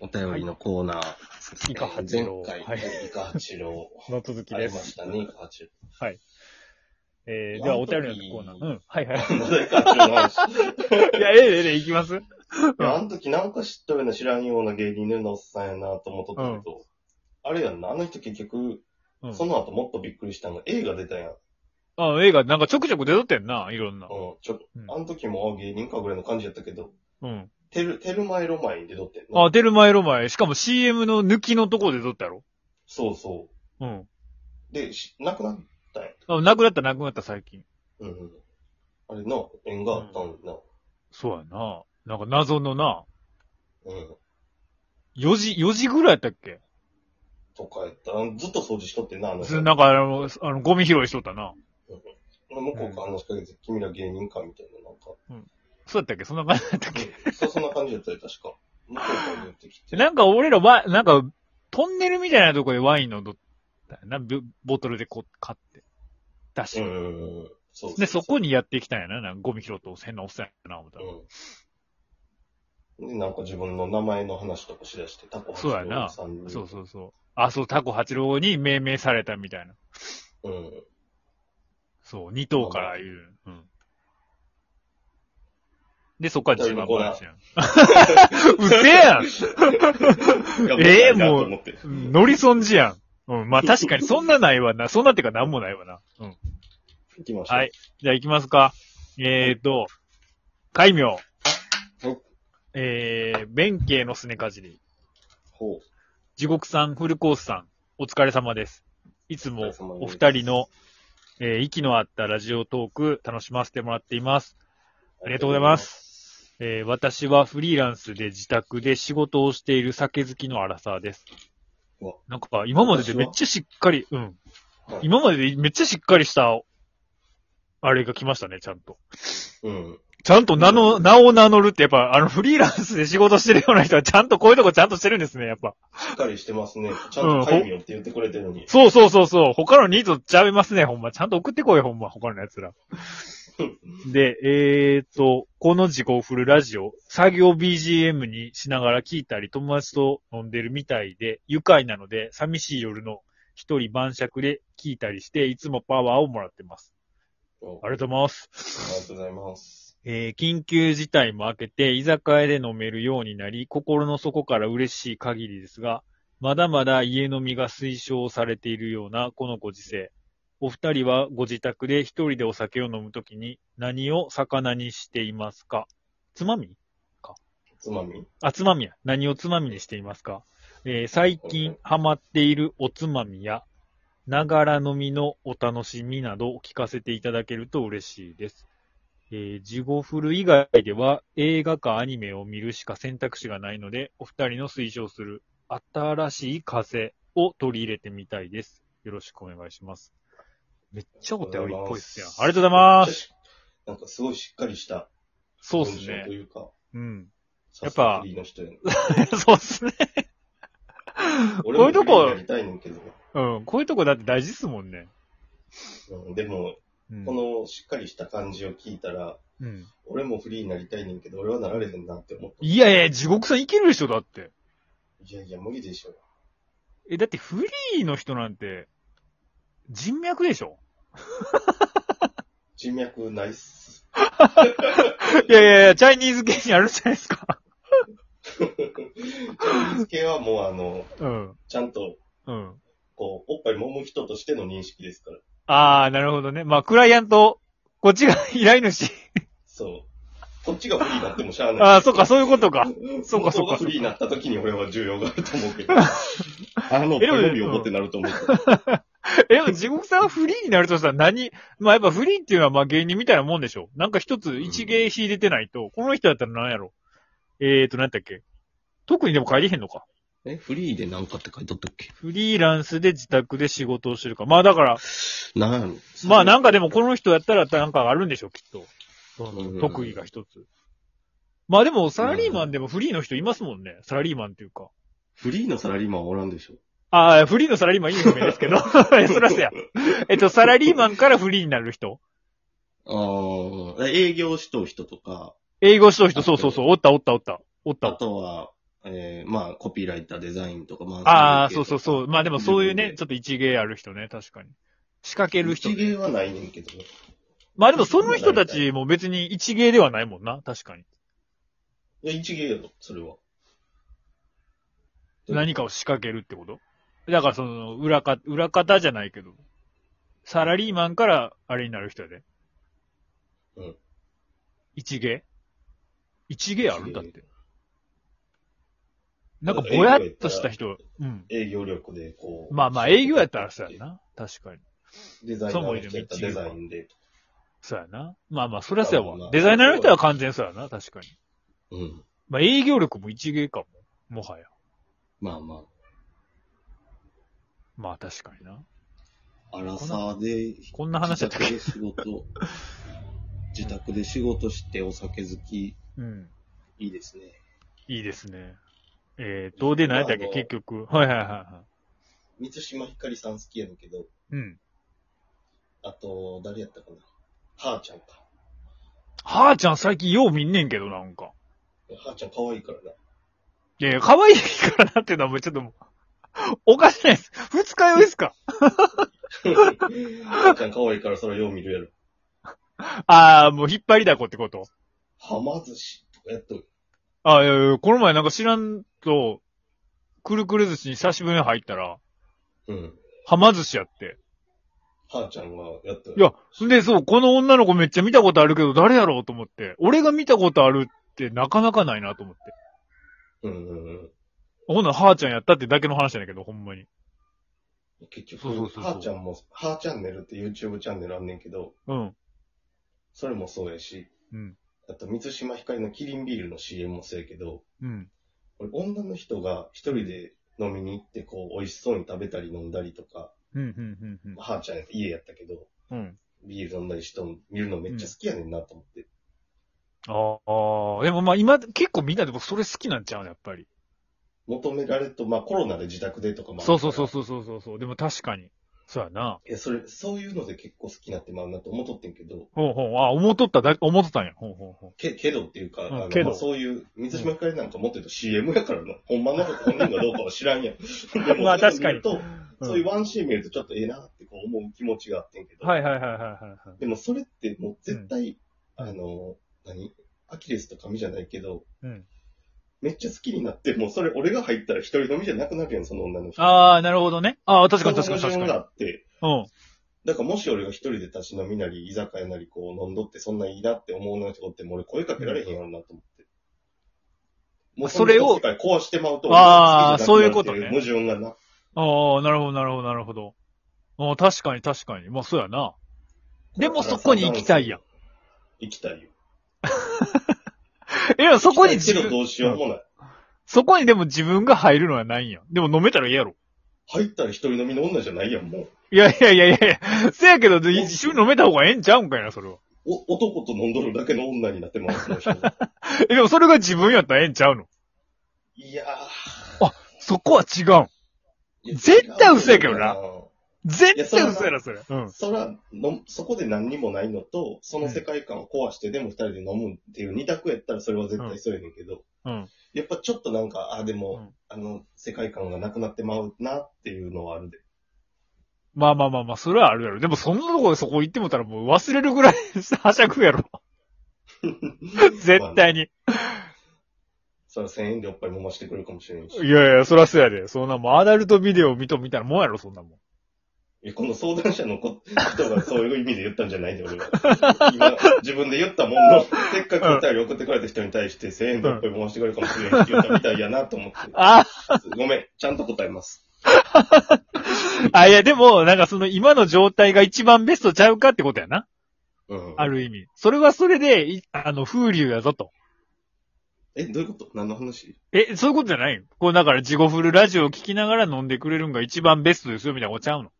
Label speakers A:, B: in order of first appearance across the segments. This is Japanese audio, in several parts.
A: お便りのコーナー。
B: イカ八郎。
A: 前回、
B: はい。
A: イカ八 郎。
B: の続き
A: あ
B: で
A: りますし。たね、イカ八郎。
B: はい。えー、ではお便りのコーナー。うん。はいはい。
A: イカ八郎の話
B: いや、ええええええ、いきます
A: いやあの時なんか知っとるの知らんような芸人のようなおっさんやなと思っとったけど、あれやんな、あの人結局、
B: うん
A: その後もっとびっくりしたの、映画出たやん。うん、
B: あ、映画なんかちょくちょく出とってんな、いろんな。
A: ちょ
B: うん
A: あの時もあ芸人かぐらいの感じやったけど、
B: うん。
A: テル、テルマエロマエに出とってんの。
B: あ、出る前の前。しかも CM の抜きのとこで出とったやろ
A: そうそ
B: うん。
A: う。で、し亡くなったやん。
B: あ、なくなったなくなった最近。
A: うんうん。あれな、縁があったんだな。
B: そうやな。なんか謎のな、
A: うん。
B: 4時、4時ぐらいやったっけ
A: とかやったら、ずっと掃除しとってんな、あの人
B: ずなんかあの、あの、ゴミ拾いしとったな。
A: 向こうから話しかけて、君ら芸人かみたいな、なんか。
B: そうやったっけそんな感じだったっけ
A: う んそう、そんな感じやったよ、確か。向こうから出てきて。
B: なんか俺らは、なんか、トンネルみたいなとこでワインのど、な、ボボトルでこう、買って、出し
A: う
B: て。
A: んうんうん。そううう
B: で、そこにやってきたんやな。なんかゴミ拾って変なおっさんやな、思ったら。
A: うん。で、なんか自分の名前の話とかしだして、タコ
B: そうやな
A: さんに。
B: そうそうそう。あ、そう、タコ八郎に命名されたみたいな。
A: う。うん。
B: そう、二頭から言う。うん。で、そっから自慢話や ん。うせえやん ええもううんノリソンじやん。うん、まあ確かにそんなないわな。そんなってかなんもないわな。うん。
A: 行きましょう。
B: はい。。じゃあ行きますか。えーと、海名。えー、弁慶のすねかじり。
A: ほう。
B: 地獄さん、フルコースさん、お疲れ様です。いつもお二人の、えー息の合ったラジオトーク楽しませてもらっています。ありがとうございま。す。えー私はフリーランスで自宅で仕事をしている酒好きのアラサーです
A: うわ。
B: なんか、今まででめっちゃしっかり、うん
A: はい。
B: 今まででめっちゃしっかりした、あれが来ましたね、ちゃんと。
A: うん。
B: ちゃんと名の、名を名乗るって、やっぱ、あの、フリーランスで仕事してるような人は、ちゃんとこういうとこちゃんとしてるんですね、やっぱ。
A: しっかりしてますね。ちゃんと海名って言ってくれてるのに。
B: そうそうそうそう。他のニーズちゃいますね、ほんま。ちゃんと送ってこい、ほんま。他の奴ら。で、えーと、この自己フルラジオ、作業 BGM にしながら聞いたり、友達と飲んでるみたいで、愉快なので、寂しい夜の一人晩酌で聞いたりして、いつもパワーをもらってます。あ
A: あ
B: りがとうございます。
A: りがとうございます。
B: えー緊急事態も明けて、居酒屋で飲めるようになり、心の底から嬉しい限りですが、まだまだ家飲みが推奨されているようなこのご時世。お二人はご自宅で一人でお酒を飲むときに何を魚にしていますかつまみ
A: つまみ
B: あ、つまみや。何をつまみにしていますかえー最近ハマっているおつまみや、ながら飲みのお楽しみなどを聞かせていただけると嬉しいです。えー、ジゴフル以外では映画かアニメを見るしか選択肢がないので、お二人の推奨する新しい風を取り入れてみたいです。よろしくお願いします。めっちゃお便りっぽいっすやん。ありがとうございます。
A: す。なんかすごいしっかりした
B: そうっす
A: 文章
B: ね
A: と。いうか、
B: うん。
A: さす
B: やっ
A: が
B: ぱ
A: フリーの人や な
B: そうっすね。
A: 俺
B: こうい
A: もフリー
B: うとこ
A: になりたいねんけど。
B: うん。こういうとこだって大事っすもんね。
A: うんでも、
B: うん
A: このしっかりした感じを聞いたら、
B: うん。
A: 俺もフリーになりたいねんけど、俺はなられへんなって思った。
B: いやいや、地獄さんいけるでしょ、だって。
A: いやいや、無理でしょ。
B: え、だってフリーの人なんて、人脈でしょ
A: 人脈ないっす。
B: いやいやいや、チャイニーズ系にあるじゃないですか。
A: 系はもうあの、
B: うん。
A: ちゃんと、
B: うん。
A: こう、おっぱい揉む人としての認識ですから。
B: あー、なるほどね。まあ、クライアント、こっちが依頼主。
A: そう。こっちがフリーになってもしゃあない。
B: あー、 そうか、そういうことか。 そう
A: 向こ
B: か
A: が
B: そうか
A: フリーになった時に俺は需要があると思うけ ど。あの、
B: えでも
A: 伸びをってなると 思う。
B: え、でも地獄さんはフリーになるとしたら何まあ、やっぱフリーっていうのはまあ芸人みたいなもんでしょ。なんか一つ、一芸秀でてないと、この人だったら何やろ。えーと、何やったっけ特にでも帰りへんのか。
A: え、フリーでなんかって書いとったっけ
B: フリーランスで自宅で仕事をしてるか。まあだから、
A: なんやろ
B: まあなんかでもこの人やったらなんかあるんでしょ、きっと。そ
A: うん
B: の特技が一つ。まあでもサラリーマンでもフリーの人いますもんね。サラリーマンっていうか。
A: フリーのサラリーマンはおらんでしょ。
B: ああ、フリーのサラリーマンいい名前です けど。えそらそや。えっと、サラリーマンからフリーになる人
A: ああ、営業しとう人とか、
B: 営業しとる人、そうそうそう、おったおったおった。おった
A: あ
B: おった。
A: とは、えー、まあ、コピーライター、デザインとか、ま
B: ああ、そうそうそう。まあでもそうい
A: 自
B: うね
A: 分、で
B: ちょっと一芸ある人ね、確かに。仕掛ける人、
A: 一芸
B: ね。
A: はないねんけどね。
B: まあでもその人たちも別に一芸ではないもんな、確かに。
A: いや、一芸やろ、それは。
B: 何かを仕掛けるってことだからその、裏か、裏方じゃないけど、サラリーマンからあれになる人やで。
A: うん。
B: 一芸一芸ある
A: 一芸
B: んだって。なんかぼやっとした人、うん。
A: 営業力で、こう。
B: まあまあ営業やったらそうや。な。確かに。
A: デザイナーの人やったらデザインで。
B: そうやな。まあまあ、そりゃそうや
A: まあまあ
B: わ。デザイナーの人は完全そうやな、確かに。
A: うん。
B: まあ営業力も一芸かも。もはや。
A: まあま
B: まあ確かにな。
A: あ、アラサーで、
B: こんな話やったっけ
A: 自宅で仕事、自宅で仕事してお酒好き、
B: うん。
A: いいですね。
B: いいですね。えー、どうで何やったっけ
A: まあ
B: 結局。はいはいはいは
A: 三島ひかりさん好きやねんけど、
B: い。うん。
A: あと、誰やったかな。はーちゃんか。
B: はーちゃん最近よう見んねんけど、なんか。
A: はーちゃん可愛いからな。
B: いやいや、可愛いからなっていうのはもうちょっともう、 おかしないです。二日酔いですか
A: はーちゃん可愛いからそれよう見るやろ。
B: あー、もう引っ張りだこってこと
A: はま寿司とかやっとる。
B: あー、いやいや、この前なんか知らんと、くるくる寿司に久しぶりに入ったら、
A: うん。
B: はま寿司やって。
A: はーちゃんがやっとる。
B: いや、で、そう、この女の子めっちゃ見たことあるけど、誰やろうと思って。俺が見たことあるってなかなかないなと思って。
A: うんうんうん。
B: ほんなら、はーちゃんやったってだけの話やねんけど、ほんまに。
A: 結局、
B: そうそうそうそう
A: はーちゃんも、はーチャンネルって YouTube チャンネルあんねんけど、
B: うん。
A: それもそうやし、
B: うん。
A: あと、三島ひかりのキリンビールの CM もそうやけど、
B: うん。
A: 俺女の人が一人で飲みに行って、こう、美味しそうに食べたり飲んだりとか、
B: うん、うん、うん、
A: はーちゃん家やったけど、
B: うん。うん。
A: ビール飲んだりしとん見るのめっちゃ好きやねんなと思って。
B: ああ、でもまあ今、結構みんなでもそれ好きなんちゃうの、やっぱり。
A: 求められると、まあコロナで自宅でとかもあるか
B: そ
A: ら
B: うそうそうそうそうそう。でも確かに。そうやな。
A: いや、それ、そういうので結構好きになってまうなと思っとってんけど、
B: ほうほう。あ、思っとっただ、思っとったんや。ほうほうほう。
A: け、けどっていうか、
B: うん
A: あの
B: け
A: ま
B: ど
A: あそういう、水島ひかりなんか持ってると CM やからな。ほんまなのか本人かどうかは知らんやん。でも
B: まあ確かに
A: そういうの見ると、
B: うん
A: そういうワンシーン見るとちょっとええなってこう思う気持ちがあってんけど。
B: はいはいはいはいはいはい。
A: でもそれってもう絶対、
B: うん
A: あの、何アキレスとかみじゃないけど、
B: うん。
A: めっちゃ好きになって、もうそれ俺が入ったら一人飲みじゃなくなるやん、その女の人。
B: ああ、なるほどね。ああ、確かに確かに
A: その
B: 確
A: 矛
B: か
A: 盾が
B: に。
A: あって、
B: うん。
A: だからもし俺が一人で立ち飲みなり、居酒屋なりこう飲んどって、そんないいなって思うの人おっても俺声かけられへんやろなと思って。もう
B: それを
A: の世界壊してまうと、
B: あー
A: 俺が好きじゃなくなるって
B: そういうことね
A: 矛盾がな。
B: ああ、なるほどなるほどなるほど。ああ、確かに確かに。まあそうやな。でもそこに行きたいやん。
A: 行きたいよ。
B: いや、そこに
A: 行き
B: 自
A: たいけどど
B: 分、
A: うしようもない。
B: そこにでも自分が入るのはないんや。でも飲めたら嫌やろ。
A: 入ったら一人飲みの女じゃないやん、もう。
B: いやいやいやいやいや、せやけど、一緒に飲めた方がええんちゃうんかいな、それは。
A: お男と飲んどるだけの女になってます、その人
B: え、でもそれが自分やったらええんちゃうの
A: いや
B: そこは違うん。
A: ー。
B: 絶対嘘やけどな。絶
A: いやそれ
B: 対
A: は
B: 嘘やろ、それ。うん。
A: そらの、そこで何にもないのと、その世界観を壊してでも二人で飲むっていう二択やったらそれは絶対そうやねんけど、
B: うん。
A: やっぱちょっとなんか、あ、でも、
B: うん
A: あの、世界観がなくなってまうなっていうのはあるで。
B: まあまあまあまあ、それはあるやろ。でもそんなとこでそこ行ってもたらもう忘れるぐらいはしゃぐや ろ。絶対に。
A: そら千円でおっぱい揉ましてくれるかもしれんし。
B: いやいや、そらそうやで。そんなもん、アダルトビデオ見とみたいなもんやろ、そんなもん。
A: え、この相談者のこ人がそういう意味で言ったんじゃないで、俺は。今、自分で言ったもん の、せっかくお便り送ってくれた人に対して、1000円でおっぱい回してくれるかもしれないって言ったみたいやなと思って。
B: あ
A: ごめん、ちゃんと答えます。
B: あ、いや、でも、なんかその今の状態が一番ベストちゃうかってことやな。
A: うん。
B: ある意味。それはそれで、いあの、風流やぞと。
A: え、どういうこと何の話
B: え、そういうことじゃないよこう、だから、ジゴフルラジオを聞きながら飲んでくれるんが一番ベストですよ、みたいなことちゃうの。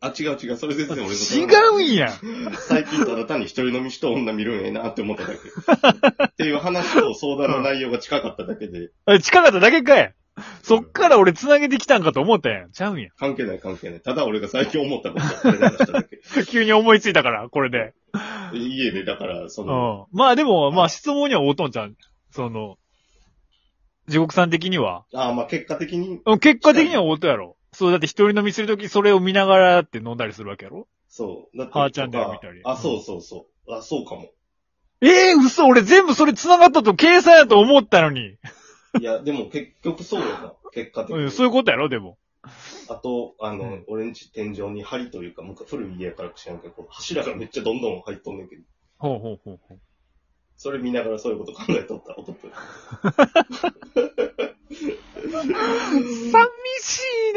A: あ、違う違う、それ全然俺
B: 違
A: う
B: うんやん。
A: 最近ただ単に一人飲みしと女見るんええなって思っただけ。っていう話と相談の内容が近かっただけで、
B: あ近かっただけかい。そっから俺繋げてきたんかと思ったやん。ちゃうんや。
A: 関係ない関係ない。ただ俺が最近思ったことをこれ流しただけ。
B: 急に思いついたから、これで。
A: 家で、だから、そうの、
B: ん。まあでも、まあ質問には応答ちゃん。その、地獄さん的には
A: ああ、まあ結果的に、
B: うん結果的には音やろ。そう、だって一人飲みするときそれを見ながらだって飲んだりするわけやろ
A: そう。だって
B: ハーチャンネル見たり
A: あ、そうそうそう。あ、そうかも。
B: ええ嘘俺全部それ繋がったと計算やと思ったのに。
A: いや、でも結局そうやな。結果的
B: う
A: に
B: ん、。そういうことやろでも。
A: あと、あの、
B: うん
A: 俺んち天井に針というか、昔古い家やから知らんけど、こう柱がめっちゃどんどん入っとんねんけど、
B: ほうほうほうほう。
A: それ見ながらそういうこと考えとった、おととい。
B: 寂しい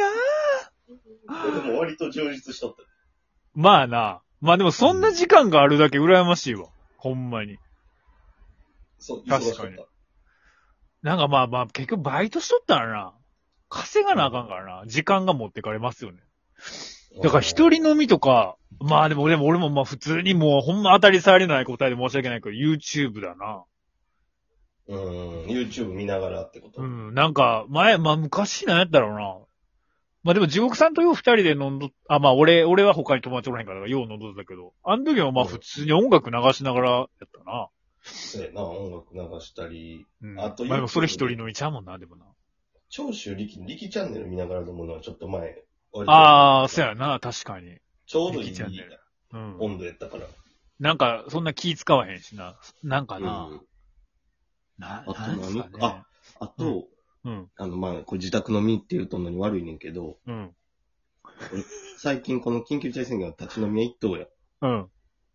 B: な
A: でも割と充実しとった。
B: まあな。まあでもそんな時間があるだけ羨ましいわ。ほんまに。
A: そう、忙
B: 確
A: しか
B: か
A: っ
B: に
A: た。
B: なんかまあまあ、結局バイトしとったらな。稼がなあかんからな。時間が持ってかれますよね。だから一人飲みとか、まあでも俺も俺もまあ普通にもうほんま当たり障りのない答えで申し訳ないけど、YouTube だな。
A: うん、YouTube 見ながらってこと。
B: うん、なんか、前、まあ昔なんやったろうな。まあでも地獄さんとよう二人で飲んど、あ、まあ俺、俺は他に友達おらへんから、よう飲んどったけど、あの時はまあ普通に音楽流しながらやったな。
A: そうやな、音楽流したり、
B: うん。
A: あと
B: まあでもそれ一人飲みちゃうもんな、でもな。
A: 長州力、力チャンネル見ながら飲むのはちょっと前、割と
B: ああ、そうやな、確かに。
A: ちょうどいい
B: 力チャンネルうん。
A: 温度やったから。
B: なんか、そんな気使わへんしな。なんかな、
A: うん
B: な、
A: あと
B: なんすかね
A: 何。ああと、
B: うんうん、
A: あの、まあ、これ自宅飲みって言うとんのに悪いねんけど、
B: うん、
A: 最近この緊急事態宣言は立ち飲み屋一等や。
B: うん。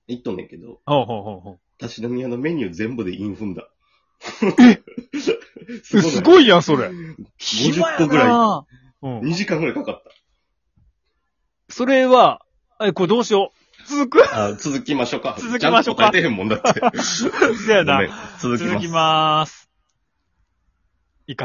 A: 一等ねんけど、
B: ほうほうほうほう。
A: 立ち飲み屋のメニュー全部でイン踏ん だ。す
B: え
A: ごい
B: すごいやん、それ。
A: 50個ぐらい
B: 暇やな。うん。
A: !2 時間ぐらいかかっ
B: それは、え、これどうしよう。続く
A: た。あ続きましょうか。
B: 続きましょうか
A: ちゃんと答えてへんもんだって。
B: そ
A: ご
B: やな
A: めん。続きま
B: 続
A: す
B: き。まーす。